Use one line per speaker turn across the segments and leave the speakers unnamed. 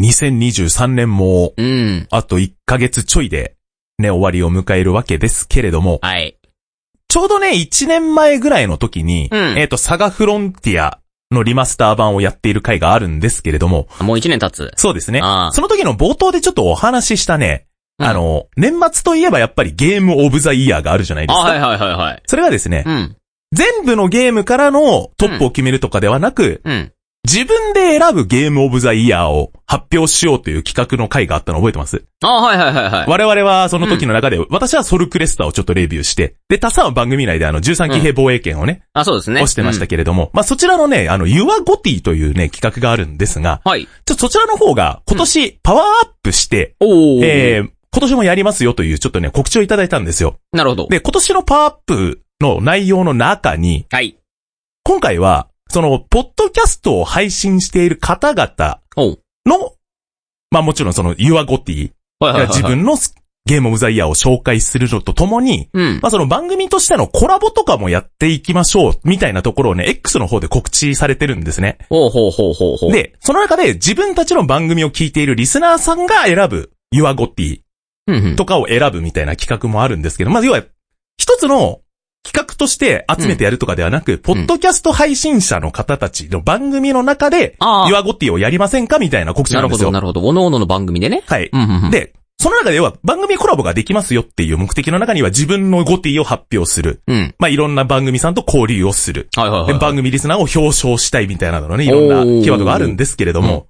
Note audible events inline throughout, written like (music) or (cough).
2023年も、
うん。
あと1ヶ月ちょいで、ね、終わりを迎えるわけですけれども、
はい。
ちょうどね、1年前ぐらいの時に、
うん
えっ、と、サガフロンティアのリマスター版をやっている回があるんですけれども、
もう一年経つ。
そうですね。
ああ
その時の冒頭でちょっとお話ししたね、
うん
あの、年末といえばやっぱりゲームオブザイヤーがあるじゃないです
あ、
か。
はいはいはいはい。
それがですね、
うん。
全部のゲームからのトップを決めるとかではなく、
うん。
自分で選ぶゲームオブザイヤーを発表しようという企画の回があったのを覚えてます。
あ、はいはいはいはい。
我々はその時の中で、私はソルクレスターをちょっとレビューして、で、他さんは番組内であの13騎兵防衛権をね、
あ、そうですね。
押してました
け
けれども、まあそちらのね、あの、ユアゴティというね、企画があるんですが、
ど。はい。
ちょっとそちらの方が今年パワーアップして、
おー。
えー、今年もやりますよというちょっとね、告知をいただいたんですよ。
なるほど。
で、今年のパワーアップの内容の中に、
はい。
今回は、その、ポッドキャストを配信している方々
おう。
の、まあもちろんその、ユアゴティ
はいはいは
が
い。
自。分のゲームオブザイヤーを紹介するのとともに、
うん。
まあその番組としてのコラボとかもやっていきましょう、みたいなところをね、X の方で告知されてるんですね。
ほうほうほうほうほう。、
で、その中で自分たちの番組を聞いているリスナーさんが選ぶ、ユアゴティ
うんうん。
とかを選ぶみたいな企画もあるんですけど、まあ要は、一つの企画として集めてやるとかではなく、ポッドキャスト配信者の方たちの番組の中で、
ああ
ユアゴティをやりませんかみたいな告知
な
なん
る
で
ほ
すよ
ど、。なるほど。おのおのの番組でね。
はい。
うんうんうん。、
で、その中では番組コラボができますよっていう目的の中には自分のゴティを発表する。
うん。
まあ、いろんな番組さんと交流をする。
はいはいはい。
で番組リスナーを表彰したいみたいなのね、いろんな
おー
キーワードがあるんですけれども。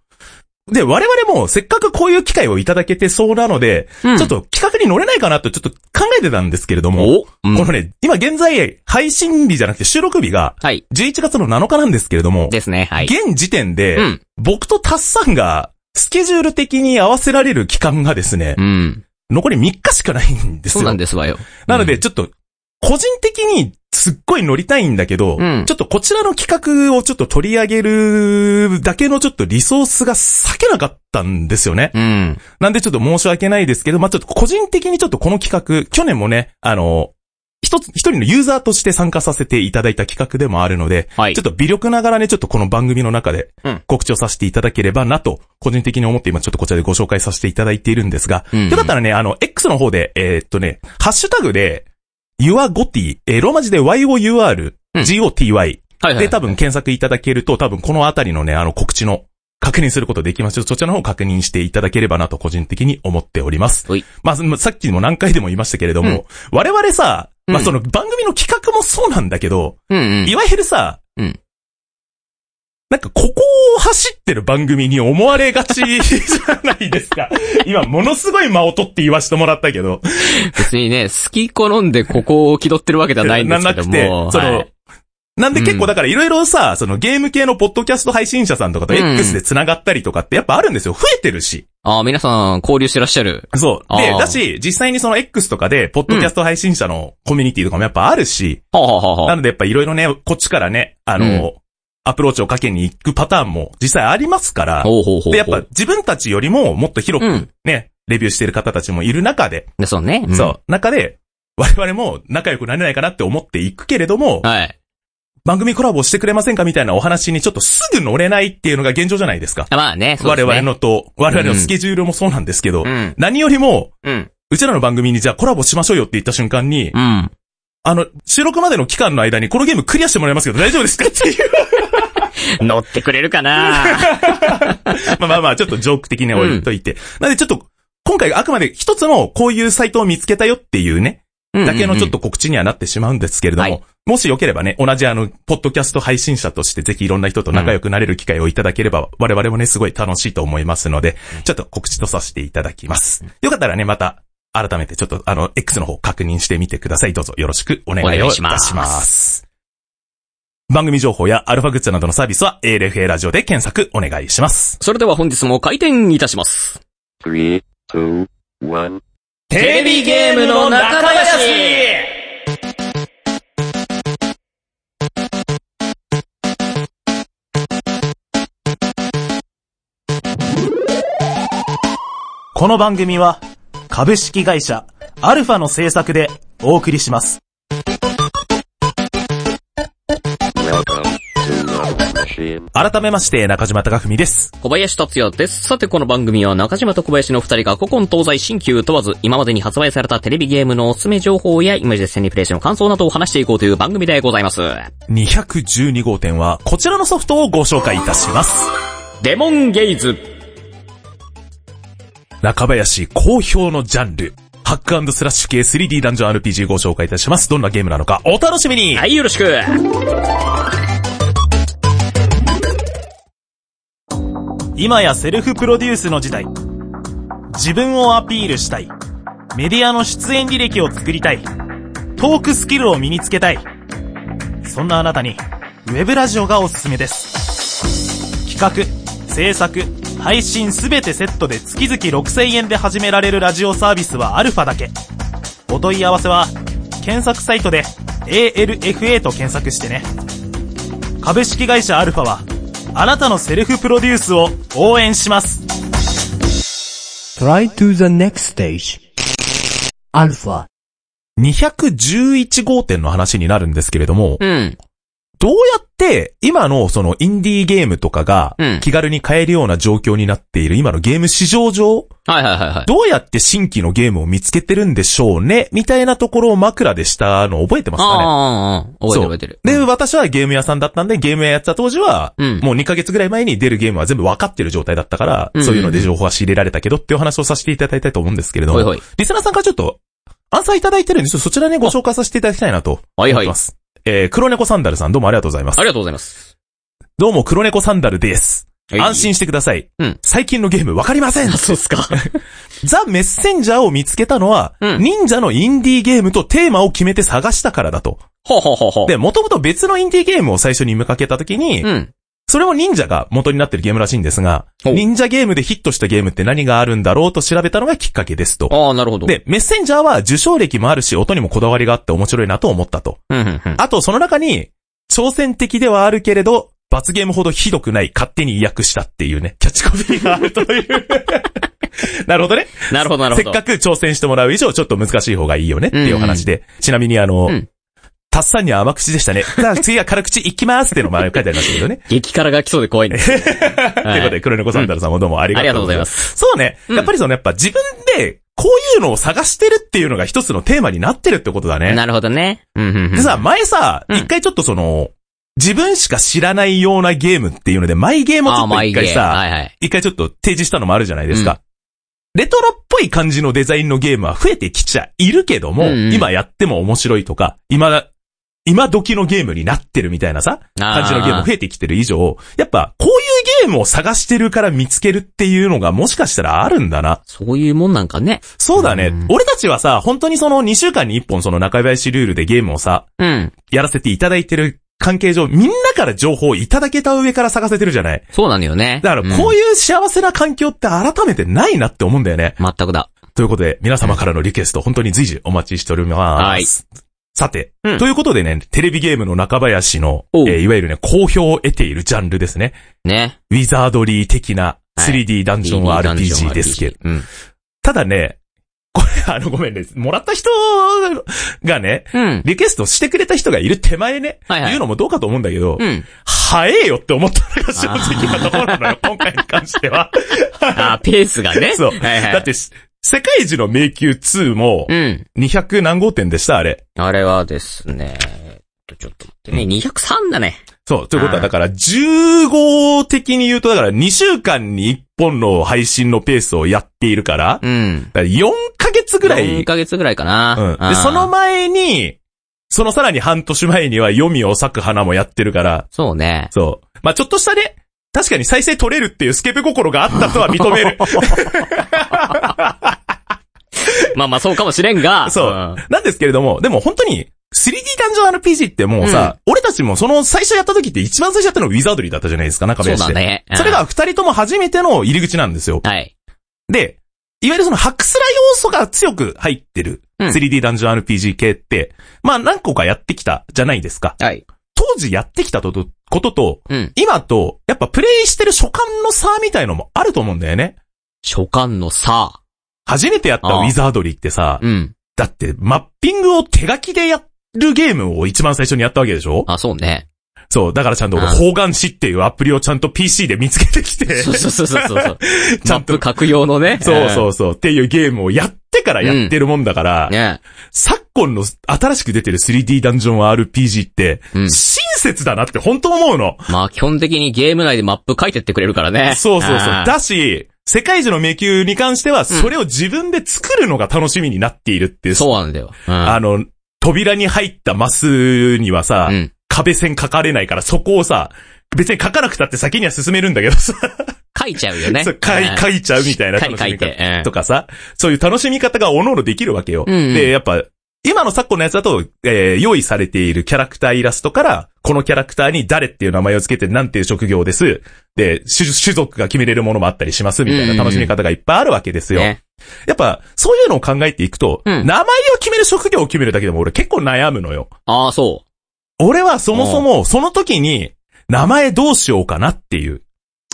で、我々もせっかくこういう機会をいただけてそうなので、
うん
ちょっと企画に乗れないかなとちょっと考えてたんですけれども、
おうん
このね、今現在配信日じゃなくて収録日が
はい。
11月の7日なんですけれども、
ですね。はい。
現時点
う
で
ん、
僕とタッさんがスケジュール的に合わせられる期間がですね
う、ん。
残り3日しかないんです
そ
よ。
うなんですわよ。
なので、ちょっと、個人的にすっごい乗りたいんだけど、
うん
ちょっとこちらの企画をちょっと取り上げるだけのちょっとリソースが避けなかったんですよね。
うん。
なんでちょっと申し訳ないですけど、まあ、ちょっと個人的にちょっとこの企画、去年もね、あの、一つ、一人のユーザーとして参加させていただいた企画でもあるので、
はい
ちょっと微力ながらね、ちょっとこの番組の中で
うん
告知をさせていただければなと、個人的に思って今ちょっとこちらでご紹介させていただいているんですが、
うんうん
よかったらね、あの、X の方で、えーっとね、ハッシュタグで、YourGoty、えーローマ字で YOUR、
うん
GOTY
はいはい。
で多分検索いただけると、多分このあたりのね、あの告知の確認することできますそちらの方を確認していただければなと個人的に思っております
はい。
まあ、さっきも何回でも言いましたけれども、我々さ、まあ、
うん
その番組の企画もそうなんだけど、
うんうん。
いわゆるさ、
うん
なんか、ここを走ってる番組に思われがち (laughs) じゃないですか。今、ものすごい間を取って言わしてもらったけど。
別にね、好き好んでここを気取ってるわけじゃないんですけども。
その、
はい
なんで結
う
構
ん
だからいろいろさ、そのゲーム系のポッドキャスト配信者さんとかと
うん
X で繋がったりとかってやっぱあるんですよ。増えてるし。
ああ、皆さん交流してらっしゃる。
そう。で、
あー
だし、実際にその X とかで、ポッドキャスト配信者のコミュニティとかもやっぱあるし、
はあ、はあはあは
な
あ、
のでやっぱいろいろね、こっちからね、あの、
うん
アプローチをかけに行くパターンも実際ありますから、
ほうほうほうほう。
で、やっぱ自分たちよりももっと広
うん
くね、レビューしてる方たちもいる中で、
で、そうね。ん
そう、中で、我々も仲良くなれないかなって思っていくけれども、
はい。
番組コラボしてくれませんかみたいなお話にちょっとすぐ乗れないっていうのが現状じゃないですか。
あまあね、そう
我
ですね。
々のと、我々のスケジュールもそうなんですけど、
うん。
何よりも、
うん。
うちらの番組にじゃあコラボしましょうよって言った瞬間に、
うん。
あの、収録までの期間の間にこのゲームクリアしてもらいますけ
(laughs)
ど大丈夫ですかっていう。
乗ってくれるかな (laughs)
まあまあまあ、ちょっとジョーク的には置いといて。なんでちょっと、今回あくまで一つのこういうサイトを見つけたよっていうね、だけのちょっと告知にはなってしまうんですけれども、
はい
もしよければね、同じあの、ポッドキャスト配信者としてぜひいろんな人と仲良くなれる機会をいただければ、我々もね、すごい楽しいと思いますので、ちょっと告知とさせていただきます。よかったらね、また、改めてちょっとあの、X の方確認してみてください。どうぞよろしくお願いをいたします。
お願いしま
番組情報やアルファグッズなどのサービスは ALFA ラジオで検索お願いします。
それでは本日も開店いたします。
Three, two, one.
テレビゲームの中林
この番組は株式会社アルファの制作でお送りします。
Welcome to Love Machine.
改めまして、中島貴文です。
小林達也です。さてこの番組は中島と小林の二人が古今東西新旧問わず、今までに発売されたテレビゲームのおすすめ情報やイメージで戦リプレイションの感想などを話していこうという番組でございます。
212号店は、こちらのソフトをご紹介いたします。
デモンゲイズ。
中林、好評のジャンル。ハックスラッシュ系 3D ダンジョン RPG ご紹介いたします。どんなゲームなのか、お楽しみに
はい、よろしく。
今やセルフプロデュースの時代。自分をアピールしたい。メディアの出演履歴を作りたい。トークスキルを身につけたい。そんなあなたに、ウェブラジオがおすすめです。企画、制作、配信すべてセットで月々6000円で始められるラジオサービスはアルファだけ。お問い合わせは、検索サイトで ALFA と検索してね。株式会社アルファは、あなたのセルフプロデュースを応援します。
Try to the next stage. Alpha.
211号店の話になるんですけれども、
うん。
どうやって今のそのインディーゲームとかが
うん
気軽に買えるような状況になっている今のゲーム市場上、
はいはいはいはい。
どうやって新規のゲームを見つけてるんでしょうねみたいなところを枕でしたの覚えてますかね
ああ、覚えてる覚えてる。
で、私はゲーム屋さんだったんで、ゲーム屋やってた当時は、
うん
もう2ヶ月ぐらい前に出るゲームは全部分かってる状態だったから、
うん
そういうので情報は仕入れられたけどっていうお話をさせていただいたいと思うんですけれども、
ほいほい
リスナーさんからちょっと、アンサーいただいてるんで、ちょっとそちらね、ご紹介させていただきたいなと
はい
思
はいい。
ま
あ
す。えー、黒猫サンダルさんどうもありがとうございます。
りがとうございます。
どうも黒猫サンダルです。安心してください。
うん
最近のゲーム分かりま
(laughs)
せん
あ。そうっすか。
ザ・メッセンジャーを見つけたのは、
うん
忍者のインディーゲームとテーマを決めて探したからだと。
ほうほうほうほう。
で、もともと別のインディーゲームを最初に見かけた時に、
うん。
それも忍者が元になってるゲームらしいんですが、
ほう
忍者ゲームでヒットしたゲームって何があるんだろうと調べたのがきっかけですと。
ああ、なるほど。
で、メッセンジャーは受賞歴もあるし、音にもこだわりがあって面白いなと思ったと。
うん、うん、うん。
あと、その中に、挑戦的ではあるけれど、罰ゲームほどひどくない、勝手に訳したっていうね、キャッチコピーがあるという。 (laughs) なるほどね。
なるほど、なる
せ
ほ
っ
ど。
かく挑戦してもらう以上、ちょっと難しい方がいいよねっていうお話で。ちなみに、あの、
うん
たっさんには甘口でしたね。 (laughs) さあ、次は辛口いきますっていうのも書いてありましたけど (laughs) ね。
激辛が来そうで怖
(laughs)
いね。
ということで、黒猫サンダルさんもどうもありがとうございます。そうね。
うん
やっぱりその、やっぱ自分で、こういうのを探してるっていうのが一つのテーマになってるってことだね。
なるほどね。うん、うん、うん。
でさ、前さ、
うん
一回ちょっとその、自分しか知らないようなゲームっていうので、マイゲームをちょっと一回
あ
さ、
あ、マイゲーはいはい。
一回ちょっと提示したのもあるじゃないですか。レトロっぽい感じのデザインのゲームは増えてきちゃいるけども、
うんうん
今やっても面白いとか、今、今時のゲームになってるみたいなさ、感じのゲーム増えてきてる以上、やっぱこういうゲームを探してるから見つけるっていうのがもしかしたらあるんだな。
そういうもんなんかね。
そうだね。
うん
俺たちはさ、本当にその2週間に1本その中林ルールでゲームをさ、
うん。
やらせていただいてる関係上、みんなから情報をいただけた上から探せてるじゃない。
そうなのよね。
だからこう
い
いう幸せな環境って改めてないなって思うんだよね。
うん。全くだ。
ということで、皆様からのリクエスト、本当に随時お待ちしております。さて、
うん
ということでね、テレビゲームの中林の、え
おう
ーいわゆるね、好評を得ているジャンルですね。
ね。
ウィザードリー的な 3D ダンジョン RPG ですけど。。
うん。
ただね、これ、あの、ごめんね。もらった人がね、
うん。
リクエストしてくれた人がいる手前ね、
はいはい
言うのもどうかと思うんだけど、
うん。
早えよって思ったのが正直なところなの
(laughs)
よ、今回に関しては。
あー、ペースがね。
そう
はいはい。
だってし、世界一の迷宮2も
う、ん。
200何号店でした、あれ。
あれはですね、えっとちょっと待ってね、203だね。
そう、ということ
う
は、
ん
だから、15的に言うと、だから2週間に1本の配信のペースをやっているから、
うん。
だから4ヶ月ぐらい、
1ヶ月ぐらいかな。
うん。で、その
ま、
前に、そのさらに半年前には、読みを咲く花もやってるから、
そうね。
そう。まあ、ちょっとしたね、確かに再生取れるっていうスケベ心があったとは認める。
まあまあそうかもしれん
(laughs)
が。。
そうんなんですけれども、でも本当に、3D ダンジョン RPG ってもうさ、俺たちもその最初やった時って一番最初やったのがウィザードリーだったじゃないですか、中
そう
林で。
だね。うん
それ。が二人とも初めての入り口なんですよ。
はい。
で、いわゆるそのハクスラ要素が強く入ってる
うん
3D ダンジョン RPG 系って、まあ何個かやってきたじゃないですか。
はい。
当時やってきたととことと、
うん。
今と、やっぱプレイしてる所感の差みたいのもあると思うんだよね。
所感の差。
初めてやったウィザードリーってさ、
うん。
だってマッピングを手書きでやるゲームを一番最初にやったわけでしょ (laughs)
あ、そうね。
そう、だからちゃんと俺、
うん
方眼紙っていうアプリをちゃんと PC で見つけてきて、
(laughs) そうそうそうそうそう。
ちゃんと
マップ格用のね。
(laughs) そうそううそう、っていうゲームをやってからやってるもんだから、
ん。ね
昨今の新しく出てる 3D ダンジョン RPG って、
うん
親切だなって本当思うの。
まあ基本的にゲーム内でマップ書いてってくれるからね。
そうそうそう。
あー
だし、世界中の迷宮に関しては、それを自分で作るのが楽しみになっているっていう。
そうなんだよ。うん。
あの、扉に入ったマスにはさ、
うん
壁線書かれないから、そこをさ、別に書かなくたって先には進めるんだけどさ、
書いちゃうよ
(laughs)
ね。
そう書
うん
い書いちゃうみたいな
しっか
楽
り
し
書
み
いてう
方
ん
とかさ、そういう楽しみ方がおのおのできるわけよ。
うんうん
で、やっぱ、今の昨今のやつだと、えー用意されているキャラクターイラストから、このキャラクターに誰っていう名前を付けて何ていう職業です。で、種種族が決めれるものもあったりしますみたいな楽しみ方がいっぱいあるわけですよ。
ね。
やっぱ、そういうのを考えていくと、
うん
名前を決める職業を決めるだけでも俺結構悩むのよ。
ああ、そ
俺はそもそも、その時に、名前どうしようかなっていう
う。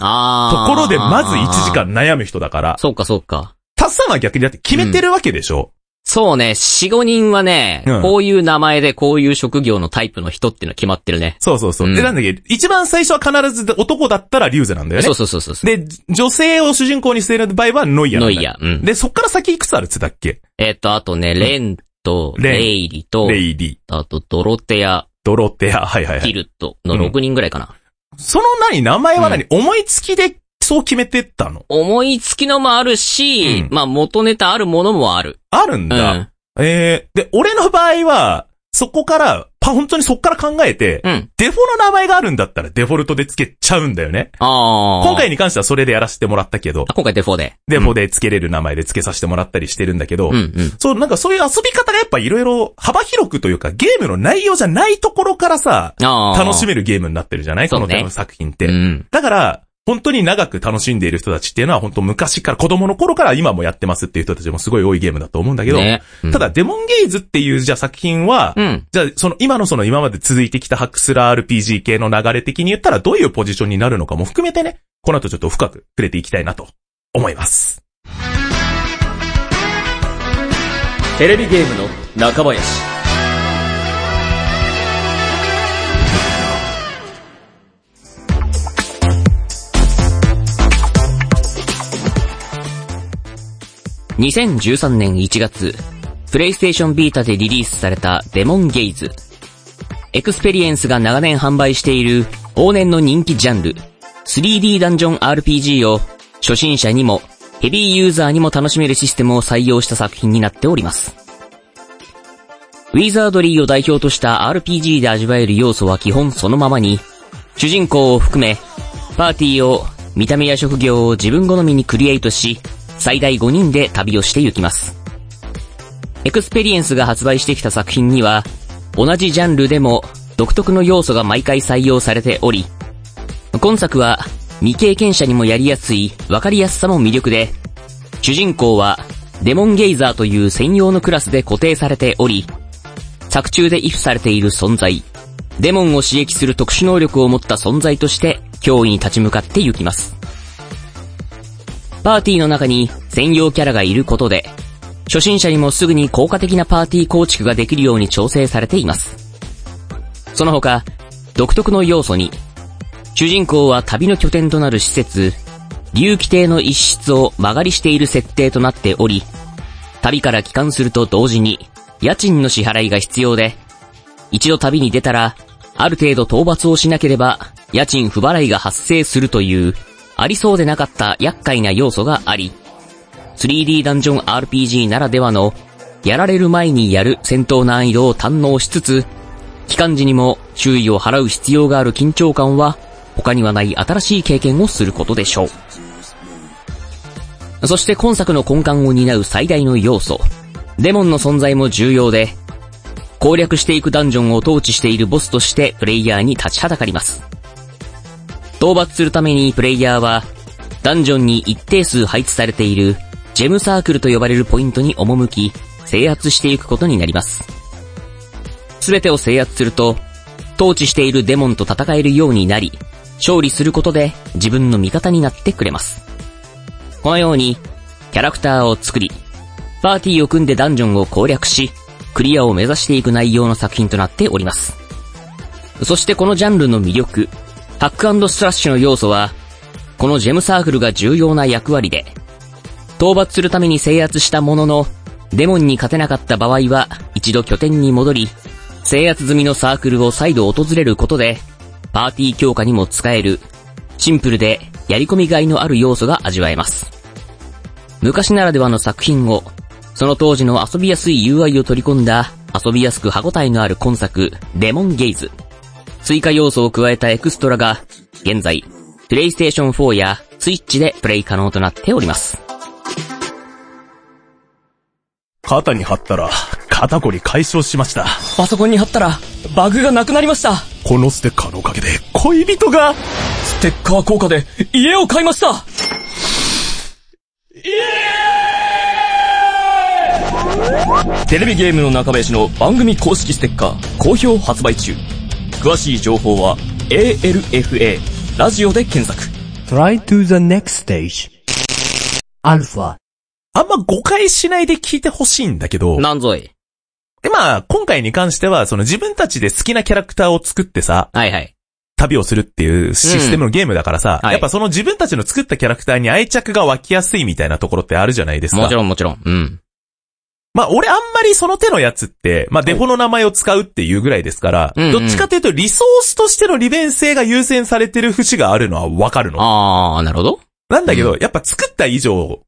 あ
と
あ。
ころで、まず1時。間悩む人だから、
そうか、そうか。
タッさんは逆にだって決めてるわけでしょ、
そうね、4、5人はね、
うん
こういう名前でこういう職業のタイプの人っていうのは決まってるね。
そうそうそう。
うん
で、なんだっけ、一番最初は必ず男だったらリュウゼなんだよね。
そうそうそうそうそう。
で、女性を主人公にしている場合はノイヤなん
ノ
だ
イヤ。うん。
で、そっから先いくつあるっつったっけ
えっ、と、あとね、レンと、
レン
レイリと、
レイリー、
あと、ドロテア、
ドロテア、はいはいは
ヒ
い。
ルトの6人ぐらいかな。
その何、名前は何、思いつきでそう決めてったの
思いつきのもあるし、
うん
まあ元ネタあるものもある。
あるん
う
だ。
ん。
えー、で、俺の場合は、そこから、パ、本当にそこから考えて、
うん。
デフォの名前があるんだったらデフォルトで付けちゃうんだよね。
ああ。
今回に関してはそれでやらせてもらったけど
あ、、今回デフォで。
デフォで付けれる名前で付けさせてもらったりしてるんだけど、
うんうん。
そう、なんかそういう遊び方がやっぱいろいろ幅広くというか、ゲームの内容じゃないところからさ、
ああ。
楽し
み
めるゲームになってるじゃない
そ
こ
うね
の手の作品って。
うん。
だから、本当に長く楽しんでいる人たちっていうのは本当昔から子供の頃から今もやってますっていう人たちもすごい多いゲームだと思うんだけど、
ね。うん
た、だデモンゲイズっていうじゃあ作品は、
うん。
じゃあその今のその今まで続いてきたハクスラー RPG 系の流れ的に言ったらどういうポジションになるのかも含めてね、この後ちょっと深く触れていきたいなと思います。
テレビゲームの中林。2013年1月、プレイステーションビータでリリースされたデモンゲイズ。エクスペリエンスが長年販売している往年の人気ジャンル、3D ダンジョン RPG を初心者にもヘビーユーザーにも楽しめるシステムを採用した作品になっております。ウィザードリーを代表とした RPG で味わえる要素は基本そのままに、主人公を含め、パーティーを、見た目や職業を自分好みにクリエイトし、最大5人で旅をしていきます。エクスペリエンスが発売してきた作品には、同じジャンルでも独特の要素が毎回採用されており、今作は未経験者にもやりやすい分かりやすさも魅力で、主人公はデモンゲイザーという専用のクラスで固定されており、作中でイフされている存在、デモンを刺激する特殊能力を持った存在として脅威に立ち向かってゆきます。パーティーの中に専用キャラがいることで、初心者にもすぐに効果的なパーティー構築ができるように調整されています。その他、独特の要素に、主人公は旅の拠点となる施設、竜気亭の一室を間借りしている設定となっており、旅から帰還すると同時に、家賃の支払いが必要で、一度旅に出たら、ある程度討伐をしなければ、家賃不払いが発生するという、ありそうでなかった厄介な要素があり、3D ダンジョン RPG ならではの、やられる前にやる戦闘難易度を堪能しつつ、期間時にも注意を払う必要がある緊張感は、他にはない新しい経験をすることでしょう。そして今作の根幹を担う最大の要素、デモンの存在も重要で、攻略していくダンジョンを統治しているボスとしてプレイヤーに立ちはだかります。討伐するためにプレイヤーは、ダンジョンに一定数配置されているジェムサークルと呼ばれるポイントに赴き、制圧していくことになります。すべてを制圧すると、統治しているデモンと戦えるようになり、勝利することで自分の味方になってくれます。このように、キャラクターを作り、パーティーを組んでダンジョンを攻略し、クリアを目指していく内容の作品となっております。そしてこのジャンルの魅力、ハックスラッシュの要素は、このジェムサークルが重要な役割で、討伐するために制圧したものの、デモンに勝てなかった場合は、一度拠点に戻り、制圧済みのサークルを再度訪れることで、パーティー強化にも使える、シンプルで、やり込みがいのある要素が味わえます。昔ならではの作品を、その当時の遊びやすい UI を取り込んだ、遊びやすく歯応えのある今作、デモンゲイズ。追加要素を加えたエクストラが、現在、PlayStation 4や Switch でプレイ可能となっております。
肩に貼ったら、肩こり解消しました。
パソコンに貼ったら、バグがなくなりました。
このステッカーのおかげで、恋人が、
ステッカー効果で、家を買いましたテレビゲームの中林の番組公式ステッカー、好評発売中。詳しい情報は、ALFA、ラジオで検索。
Try to the next stage. Alpha.
あんま誤解しないで聞いてほしいんだけど、
なんぞい。
で、まあ、今回に関しては、その自分たちで好きなキャラクターを作ってさ、
はいはい。
旅をするっていうシステムのゲームだからさ、
うんはい
やっぱその自分たちの作ったキャラクターに愛着が湧きやすいみたいなところってあるじゃないですか。
もちろんもちろん。うん。
まあ、俺あんまりその手のやつって、まあ、デフォの名前を使うっていうぐらいですから、
うんうん
どっちかというとリソースとしての利便性が優先されてる節があるのはわかるの。
あー、なるほど。
なんだけど、やっぱ作った以上、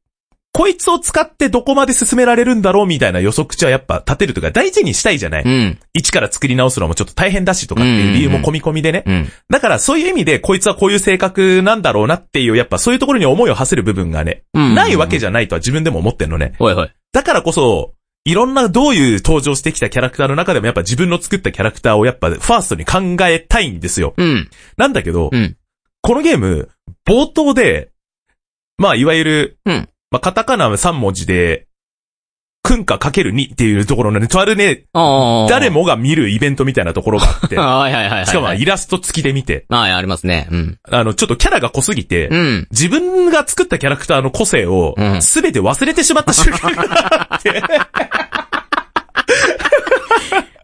こいつを使ってどこまで進められるんだろうみたいな予測値はやっぱ立てるとか大事にしたいじゃない、
うん。
一から作り直すのもちょっと大変だしとかっていう理由も込み込みでね。
うん。
だからそういう意味で、こいつはこういう性格なんだろうなっていう、やっぱそういうところに思いを馳せる部分がね、
うん
ないわけじゃないとは自分でも思ってんのね。
ほいほい。
だからこそ、いろんなどういう登場してきたキャラクターの中でもやっぱ自分の作ったキャラクターをやっぱファーストに考えたいんですよ。
うん。
なんだけど、
うん
このゲーム、冒頭で、まあいわゆる、
うん
まあカタカナ3文字で、くんかかける2っていうところのね、とあるね、
あー。
誰もが見るイベントみたいなところがあ
(laughs)
って、
あーはいはいはいはい。
しかも
はい
イラスト付きで見て、
はい、ありますね。うん。
あの、ちょっとキャラが濃すぎて、
うん。
自分が作ったキャラクターの個性を
う、ん
すべて忘れてしまった瞬間があって、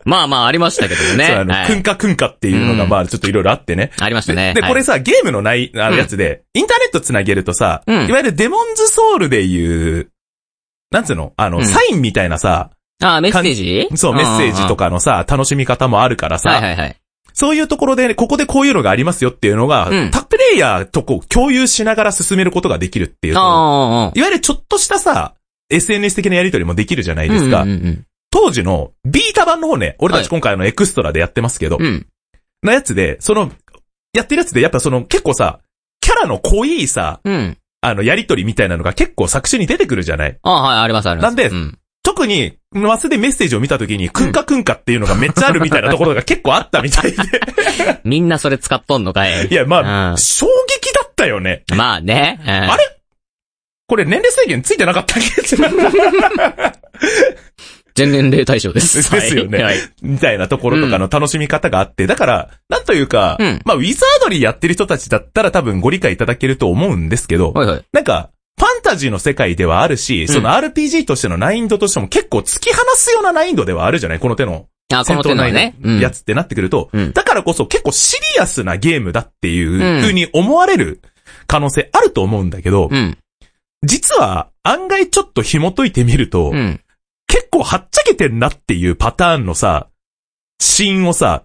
まあまあ、ありましたけどね。
そうあの、
は
く
い
んかくんかっていうのが、
うん
まあ、ちょっといろいろあってね。
ありましたね。
で、
はい
これ、さ、ゲームのない、あのやつで、インターネットつなげるとさ、
うん
いわゆるデモンズソウルでいう、なんつうのあの、
うん
サインみたいなさ、
あーメッセージ
そう、メッセージと
か
かのさ、楽しみ方もあるからさ、
はいはいはい。
そういうところで、ここでこういうのがありますよっていうのが、
うん
タップレイヤーとこう共有しながら進めることができるっていう。
あ
いわゆるちょっとしたさ、SNS 的なやりとりもできるじゃない
ー。
ですか。
うんうん
当時のビータ版の方ね、俺た
は
ち
い
今回あのエクストラでやってますけど、
うん。うん。
なやつで、その、やってるやつでやっぱその結構さ、キャラの濃いさ、
うん。
あの、やりとりみたいなのが結構作詞に出てくるじゃない
あーはい、ありますあります。
なんで
うん。
特に、マスでメッセージを見た時に、くんかくんかっていうのがめっちゃあるみたいなところが結構あったみ
(laughs)
たいで。
みんなそれ使っとんのかい。
いや、ま
う
あ、
ん
衝撃だったよね。
まあね。あ
あれこれ年齢制限ついてなかったっけ
全年齢対象で
(laughs)
す。
ですよね
はい。
みたいなところとかの楽しみ方があって、だから、なんというか、
うん
まあ、ウィザードリーやってる人たちだったら多分ご理解いただけると思うんですけど、
はいはい。
なんか、ファンタジーの世界ではあるし、その RPG としての難易度としても結構突き放すような難易度ではあるじゃないこの手の
あ、こ
戦
の手
闘
の
内
ね。う
の
ん。
やつってなってくると、
うん
だからこそ結構シリアスなゲームだっていう
うん
風に思われる可能性あると思うんだけど、
うん。
実は案外ちょっと紐解いてみると、
うん。
結構はっちゃけてんなっていうパターンのさ、シーンをさ、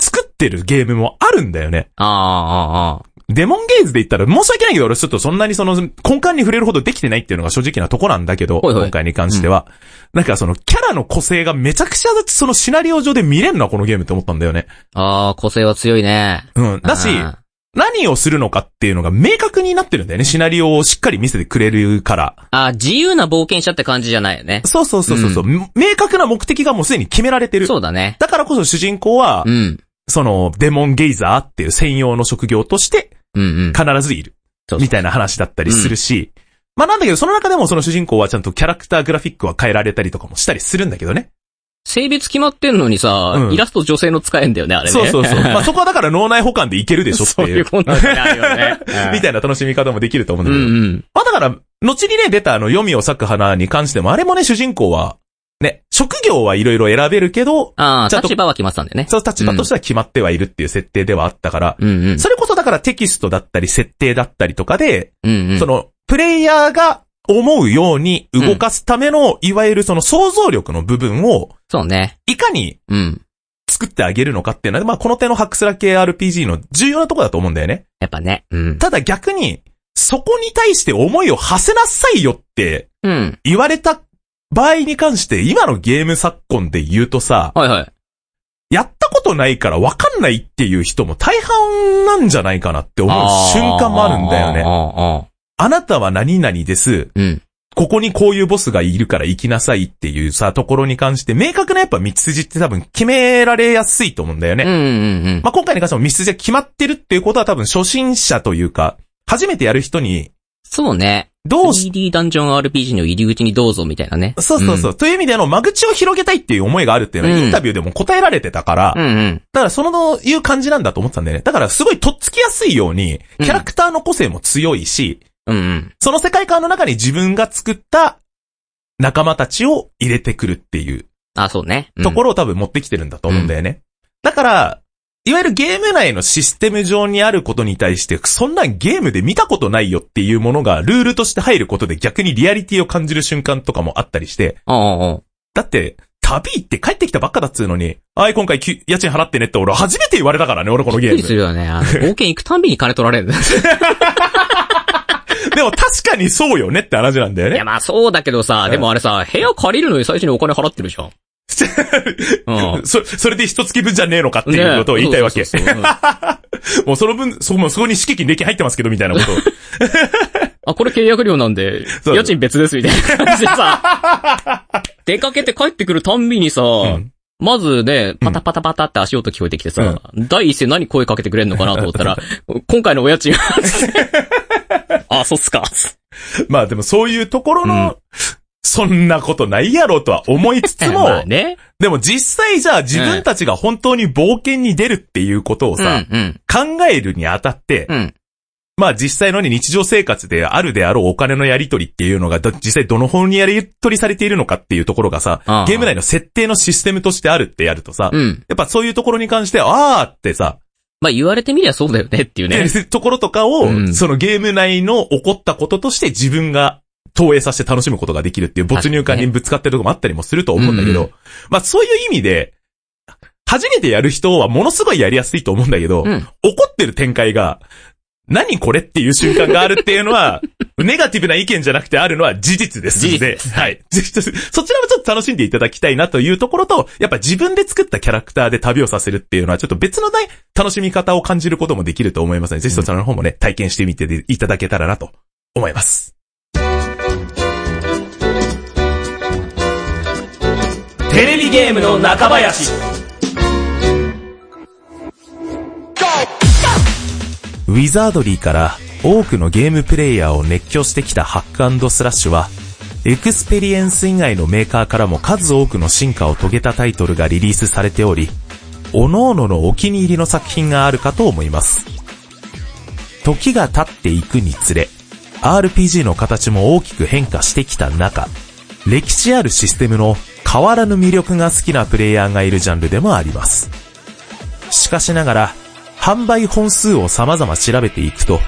作ってるゲームもあるんだよね。
ああ、ああ、あ
デモンゲーズで言ったら申し訳ないけど、俺ちょっとそんなにその根幹に触れるほどできてないっていうのが正直なとこなんだけど、
はいはい
今回に関しては。なんかそのキャラの個性がめちゃくちゃそのシナリオ上で見れるな、このゲームって思ったんだよね。
あ。ああ、個性は強いね。
うん。だし、
うん
何をするのかっていうのが明確になってるんだよね。シナリオをしっかり見せてくれるから。
あー自由な冒険者って感じじゃないよね。
そうそうそうそうそう、明確な目的がもうすでに決められてる。
そうだね。
だからこそ主人公は
う、ん。
そのデモンゲイザーっていう専用の職業として
うんうん。
必ずいる。
そうそう
みたいな話だったりするし、まあなんだけど、その中でもその主人公はちゃんとキャラクターグラフィックは変えられたりとかもしたりするんだけどね。
性別決まってんのにさ、
うん
イラスト女性の使えんだよね、あれね。
そうそうそう。まあそこはだから脳内保管でいけるでしょって
(laughs) そう
い。
いうう。ことになるよね
みたいな楽しみ方もできると思うん
う
だ
ん
けど。
うん。
まあだから、後にね、出たあの、読みを咲く花に関しても、あれもね、主人公は、ね、職業はいろいろ選べるけど、
あ
ちゃ
あ、
んと
立場は決まってたんだよね。
その立場としては決まってはいるっていう設定ではあったから、
うんうん。
それこそだからテキストだったり設定だったりとかで、
うんうん。
その、プレイヤーが思うように動かすための、いわゆるその想像力の部分を、
そうね。
いかに
うん。
作ってあげるのかっていうのは、まあ、この手のハクスラ系 RPG の重要なところだと思うんだよね。
やっぱね。うん。
ただ逆に、そこに対して思いを馳せなさいよって
うん。
言われた場合に関して、今のゲーム昨今で言うとさ、
はいはい。
やったことないからわかんないっていう人も大半なんじゃないかなって思う瞬間もあるんだよ
あー
ね。
あーあ
あなたは何々です。
ーうん。
ここにこういうボスがいるから行きなさいっていうさ、ところに関して明確なやっぱ道筋って多分決められやすいと思うんだよね。
うんうんうん。
まあ、今回に関しても道筋が決まってるっていうことは多分初心者というか、初めてやる人に
そうね。
どうし、
3D ダンジョン RPG の入り口にどうぞみたいなね。
そうそうそう、という意味での間口を広げたいっていう思いがあるっていうのは
うん
インタビューでも答えられてたから、
うん。うんうん。
だからそのいう感じなんだと思ってたんだよね。だからすごいとっつきやすいように、
うん
キャラクターの個性も強いし、
うんうん。
その世界観の中に自分が作った仲間たちを入れてくるっていう
あ、そうね。
とこ
ろ。
ろを多分持ってきてるんだと思うんだよね。だから、いわゆるゲーム内のシステム上にあることに対して、そんなんゲームで見たことないよっていうものがルールとして入ることで逆にリアリティを感じる瞬間とかもあったりして、
おうおう
だって、旅行って帰ってきたばっかだっつうのに、あい、今回き家賃払ってねって俺初めて言われたからね、俺この
び
ゲーム
っくり。するよね。あの、冒険行くたんびに金取られる。
でも確かにそうよねって話なんだよ
いや、
ね。
まあそうだけどさ、でもあれさ、部屋借りるのに最初にお金払ってる
(laughs)
じゃん。うん。
そ、それで一月分じゃねえのかっていうことを言いたいわけ
ね。そうそうそうそううん
(laughs) もうその分、そ、もうそこに敷金歴入ってますけどみたいなことを。
あ、これ契約料なんで、
そう
家賃別ですみたいな感じでさ、
(laughs)
出かけて帰ってくるたんびにさ、
うん
まずね、パタパタパタって足音聞こえてきてさ、第一声何声かけてくれんのかなと思った
(laughs)
ら、今回のお家賃は、あ、そうっすか。
まあでもそういうところの、そんなことないやろうとは思いつつも、
(laughs) まあね。
でも実際じゃあ自分たちが本当に冒険に出るっていうことを
うん、う
さ、
ん、
考えるにあたって、
うん。
まあ実際のね日常生活であるであろうお金のやり取りっていうのがど実際どの方にやり取りされているのかっていうところがさ
ああ、
ゲーム内の設定のシステムとしてあるってやるとさ、
うん。
やっぱそういうところに関して、あーってさ、
まあ言われてみりゃそうだよねっていうね。
ってところとかを、
うん
そのゲーム内の起こったこととして自分が投影させて楽しむことができるっていう没入感にぶつかってるとこもあったりもすると思うんだけど、
うんう
まあそういう意味で、初めてやる人はものすごいやりやすいと思うんだけど、
うん
怒ってる展開が、何これっていう瞬間があるっていうの (laughs) は、ネガティブな意見じゃなくてあるのは事実ですので、はい。ぜひそちらもちょっと楽しんでいただきたいなというところと、やっぱ自分で作ったキャラクターで旅をさせるっていうのはちょっと別のね、楽しみ方を感じることもできると思いますので、ぜひそちらの方もね、体験してみていただけたらなと思います。
テレビゲームの中林。
ウィザードリーから多くのゲームプレイヤーを熱狂してきたハックスラッシュは、エクスペリエンス以外のメーカーからも数多くの進化を遂げたタイトルがリリースされており、各々のお気に入りの作品があるかと思います。時が経っていくにつれ、RPG の形も大きく変化してきた中、歴史あるシステムの変わらぬ魅力が好きなプレイヤーがいるジャンルでもあります。しかしながら、販売本数を様々調べていくと、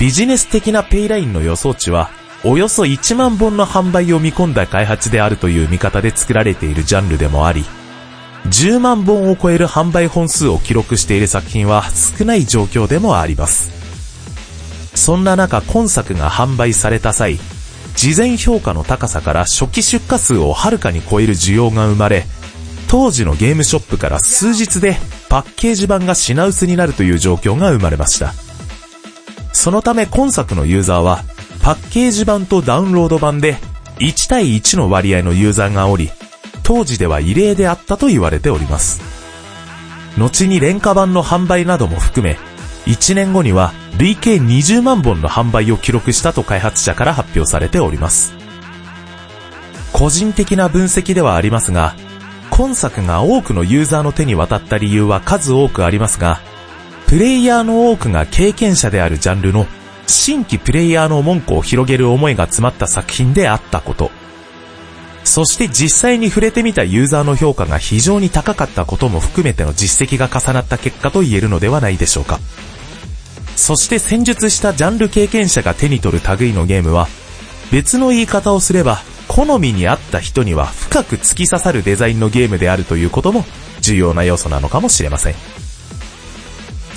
ビジネス的なペイラインの予想値は、およそ1万本の販売を見込んだ開発であるという見方で作られているジャンルでもあり、10万本を超える販売本数を記録している作品は少ない状況でもあります。そんな中今作が販売された際、事前評価の高さから初期出荷数をはるかに超える需要が生まれ、当時のゲームショップから数日でパッケージ版が品薄になるという状況が生まれました。そのため今作のユーザーは、パッケージ版とダウンロード版で1対1の割合のユーザーがおり、当時では異例であったと言われております。後に廉価版の販売なども含め、1年後には累計20万本の販売を記録したと開発者から発表されております。個人的な分析ではありますが、今作が多くのユーザーの手に渡った理由は数多くありますが、プレイヤーの多くが経験者であるジャンルの新規プレイヤーの門戸を広げる思いが詰まった作品であったこと。そして実際に触れてみたユーザーの評価が非常に高かったことも含めての実績が重なった結果と言えるのではないでしょうか。そして戦術したジャンル経験者が手に取る類のゲームは、別の言い方をすれば、好みに合った人には深く突き刺さるデザインのゲームであるということも重要な要素なのかもしれません。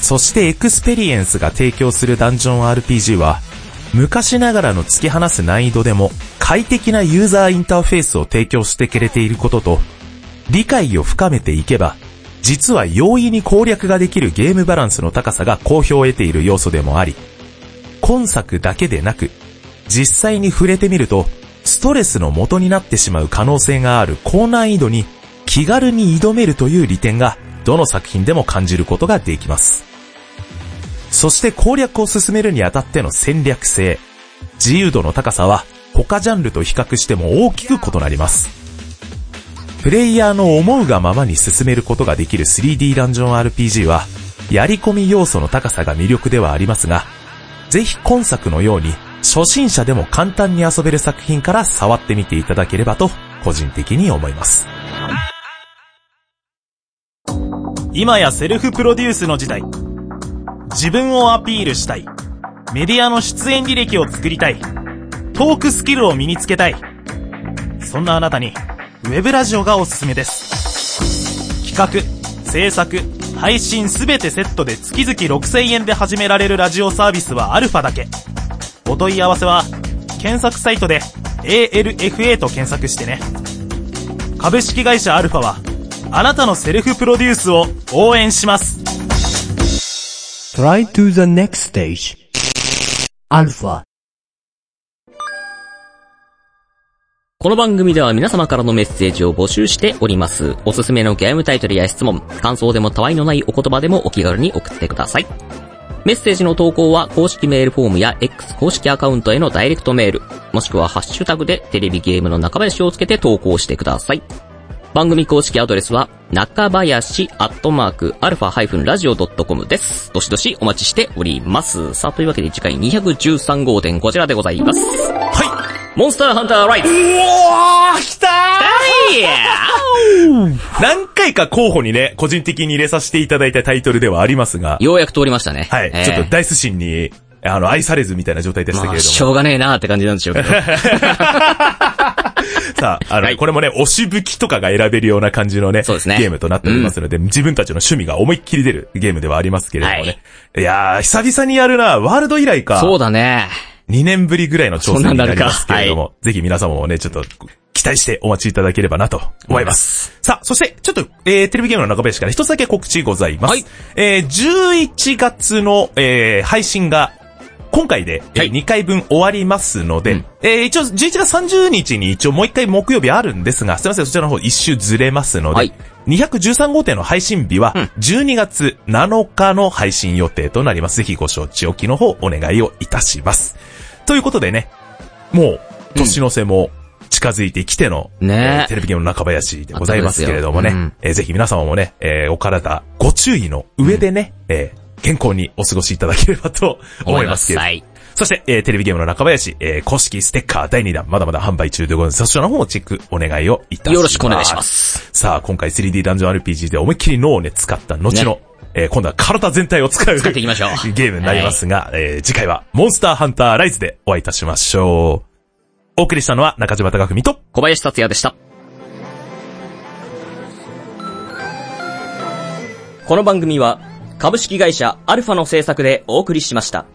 そしてエクスペリエンスが提供するダンジョン RPG は、昔ながらの突き放す難易度でも快適なユーザーインターフェースを提供してくれていることと、理解を深めていけば、実は容易に攻略ができるゲームバランスの高さが好評を得ている要素でもあり、今作だけでなく、実際に触れてみると、ストレスの元になってしまう可能性がある高難易度に気軽に挑めるという利点が、どの作品でも感じることができます。そして攻略を進めるにあたっての戦略性、自由度の高さは他ジャンルと比較しても大きく異なります。プレイヤーの思うがままに進めることができる 3D ダンジョン RPG は、やり込み要素の高さが魅力ではありますが、ぜひ今作のように初心者でも簡単に遊べる作品から触ってみていただければと個人的に思います。
今やセルフプロデュースの時代。自分をアピールしたい。メディアの出演履歴を作りたい。トークスキルを身につけたい。そんなあなたに、ウェブラジオがおすすめです。企画、制作、配信すべてセットで月々6000円で始められるラジオサービスはアルファだけ。お問い合わせは、検索サイトで ALFA と検索してね。株式会社アルファは、あなたのセルフプロデュースを応援します。
Try to the next stage. Alpha.
この番組では皆様からのメッセージを募集しております。おすすめのゲームタイトルや質問、感想でもたわいのないお言葉でもお気軽に送ってください。メッセージの投稿は公式メールフォームや X 公式アカウントへのダイレクトメール、もしくはハッシュタグでテレビゲームの中林をつけて投稿してください。番組公式アドレスは、中林アットマークアルファ -radio.com です。どしどしお待ちしております。さあ、というわけで次回213号店こちらでございます。はい。モンスターハンターライズ
何回か候補にね、個人的に入れさせていただいたタイトルではありますが、
ようやく通りましたね。
はい、
えー
ちょっとダイスシンに、あの、愛されずみたいな状態でしたけ
ま
れ
あ、
ども。
しょうがねえなって感じなんでしょうけど。
(laughs) さあ、あの、
はい
これもね、押し吹きとかが選べるような感じのね、
そうですね
ゲームとなっておりますので、自分たちの趣味が思いっきり出るゲームではありますけれどもね。い、やー、久々にやるな、ワールド以来か。
そうだね。
2年ぶりぐらいの挑戦になりますけれども、
そ
ぜひ皆様もね、ちょっと、期待してお待ちいただければなと思います。さあ、そして、ちょっと、えー、テレビゲームの中林から一つだけ告知ございます。
はい
えー、11月の、えー、配信が、今回で、え
は
ー、
い
2回分終わりますので、
うん
えー、一応、11月30日に一応もう一回木曜日あるんですが、すいません、そちらの方一周ずれますので、
はい
213号店の配信日は、12月7日の配信予定となります。ぜひご承知おきの方、お願いをいたします。ということでね、もう、年の瀬も近づいてきての、
ねえ
えーテレビゲームの中林でございますけれどもね、
あそうです
えーぜひ皆様もね、えーお体ご注意の上でね、えー健康にお過ごしいただければ
(laughs)
と思いますけれども
はい。
そして、えーテレビゲームの中林、えー公式ステッカー第2弾、まだまだ販売中でございます。そちらの方もチェックお願いをいたします。
よろしくお願いしま。す。
さあ、今回 3D ダンジョン RPG で思いっきり脳をね、使った後の、えー今度は体全体を使う。
使っていきましょう
ゲームになりますが、えー次回は、モンスターハンターライズでお会いいたしましょう。お送りしたのは、中島貴文と、
小林達也でした。
この番組は株式会社アルファの制作でお送りしました。